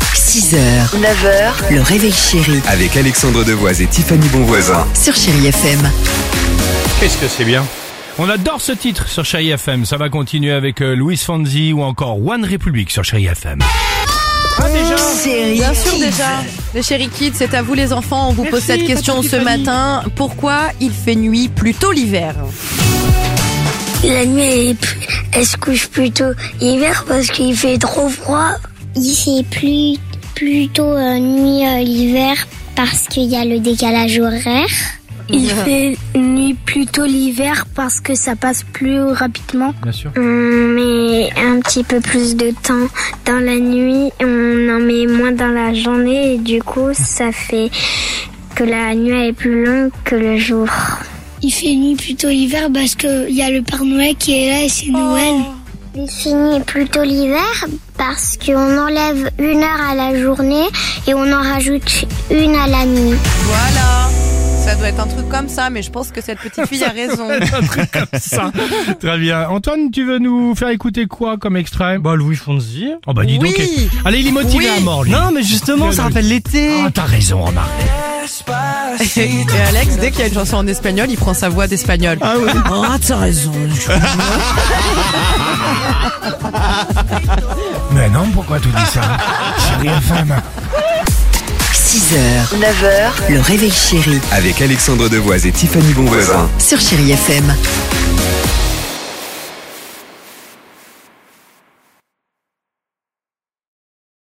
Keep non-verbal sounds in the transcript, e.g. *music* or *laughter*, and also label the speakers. Speaker 1: 6h, 9h, le réveil chéri
Speaker 2: Avec Alexandre Devoise et Tiffany Bonvoisin.
Speaker 1: sur Chéri FM.
Speaker 3: Qu'est-ce que c'est bien On adore ce titre sur Chérie FM. Ça va continuer avec euh, Louis Fonzi ou encore One Republic sur Chérie FM. Ah déjà
Speaker 1: Chéri
Speaker 4: Bien sûr déjà. Le chéri Kid, c'est à vous les enfants. On vous pose cette question ce matin. Pourquoi il fait nuit plutôt l'hiver
Speaker 5: La nuit, elle, est plus- elle se couche plutôt hiver parce qu'il fait trop froid.
Speaker 6: Ici, plus, plutôt euh, nuit euh, l'hiver parce qu'il y a le décalage horaire.
Speaker 5: Il fait nuit plutôt l'hiver parce que ça passe plus rapidement.
Speaker 3: Bien sûr.
Speaker 6: Mais un petit peu plus de temps dans la nuit, on en met moins dans la journée et du coup, ça fait que la nuit est plus longue que le jour.
Speaker 5: Il fait nuit plutôt l'hiver parce qu'il y a le Père Noël qui est là et c'est Noël.
Speaker 6: Il finit plutôt l'hiver parce qu'on enlève une heure à la journée et on en rajoute une à la nuit.
Speaker 4: Voilà. Ça doit être un truc comme ça, mais je pense que cette petite *laughs* fille a raison.
Speaker 3: Un truc comme ça. *laughs* Très bien. Antoine, tu veux nous faire écouter quoi comme extrait
Speaker 7: Bah Louis Fonzi.
Speaker 3: Oh bah dis donc.
Speaker 4: Oui.
Speaker 3: Allez, il est motivé
Speaker 4: Oui.
Speaker 3: à mort lui.
Speaker 7: Non mais justement, ça rappelle l'été.
Speaker 3: Ah, t'as raison, remarque.
Speaker 4: Et Alex, dès qu'il y a une chanson en espagnol, il prend sa voix d'espagnol. Ah oui. Ah, t'as raison.
Speaker 3: Mais non, pourquoi tu dis *laughs* ça Chérie FM.
Speaker 1: 6h, 9h, le réveil chéri
Speaker 2: Avec Alexandre Devoise et Tiffany Bonvoisin.
Speaker 1: sur Chéri FM.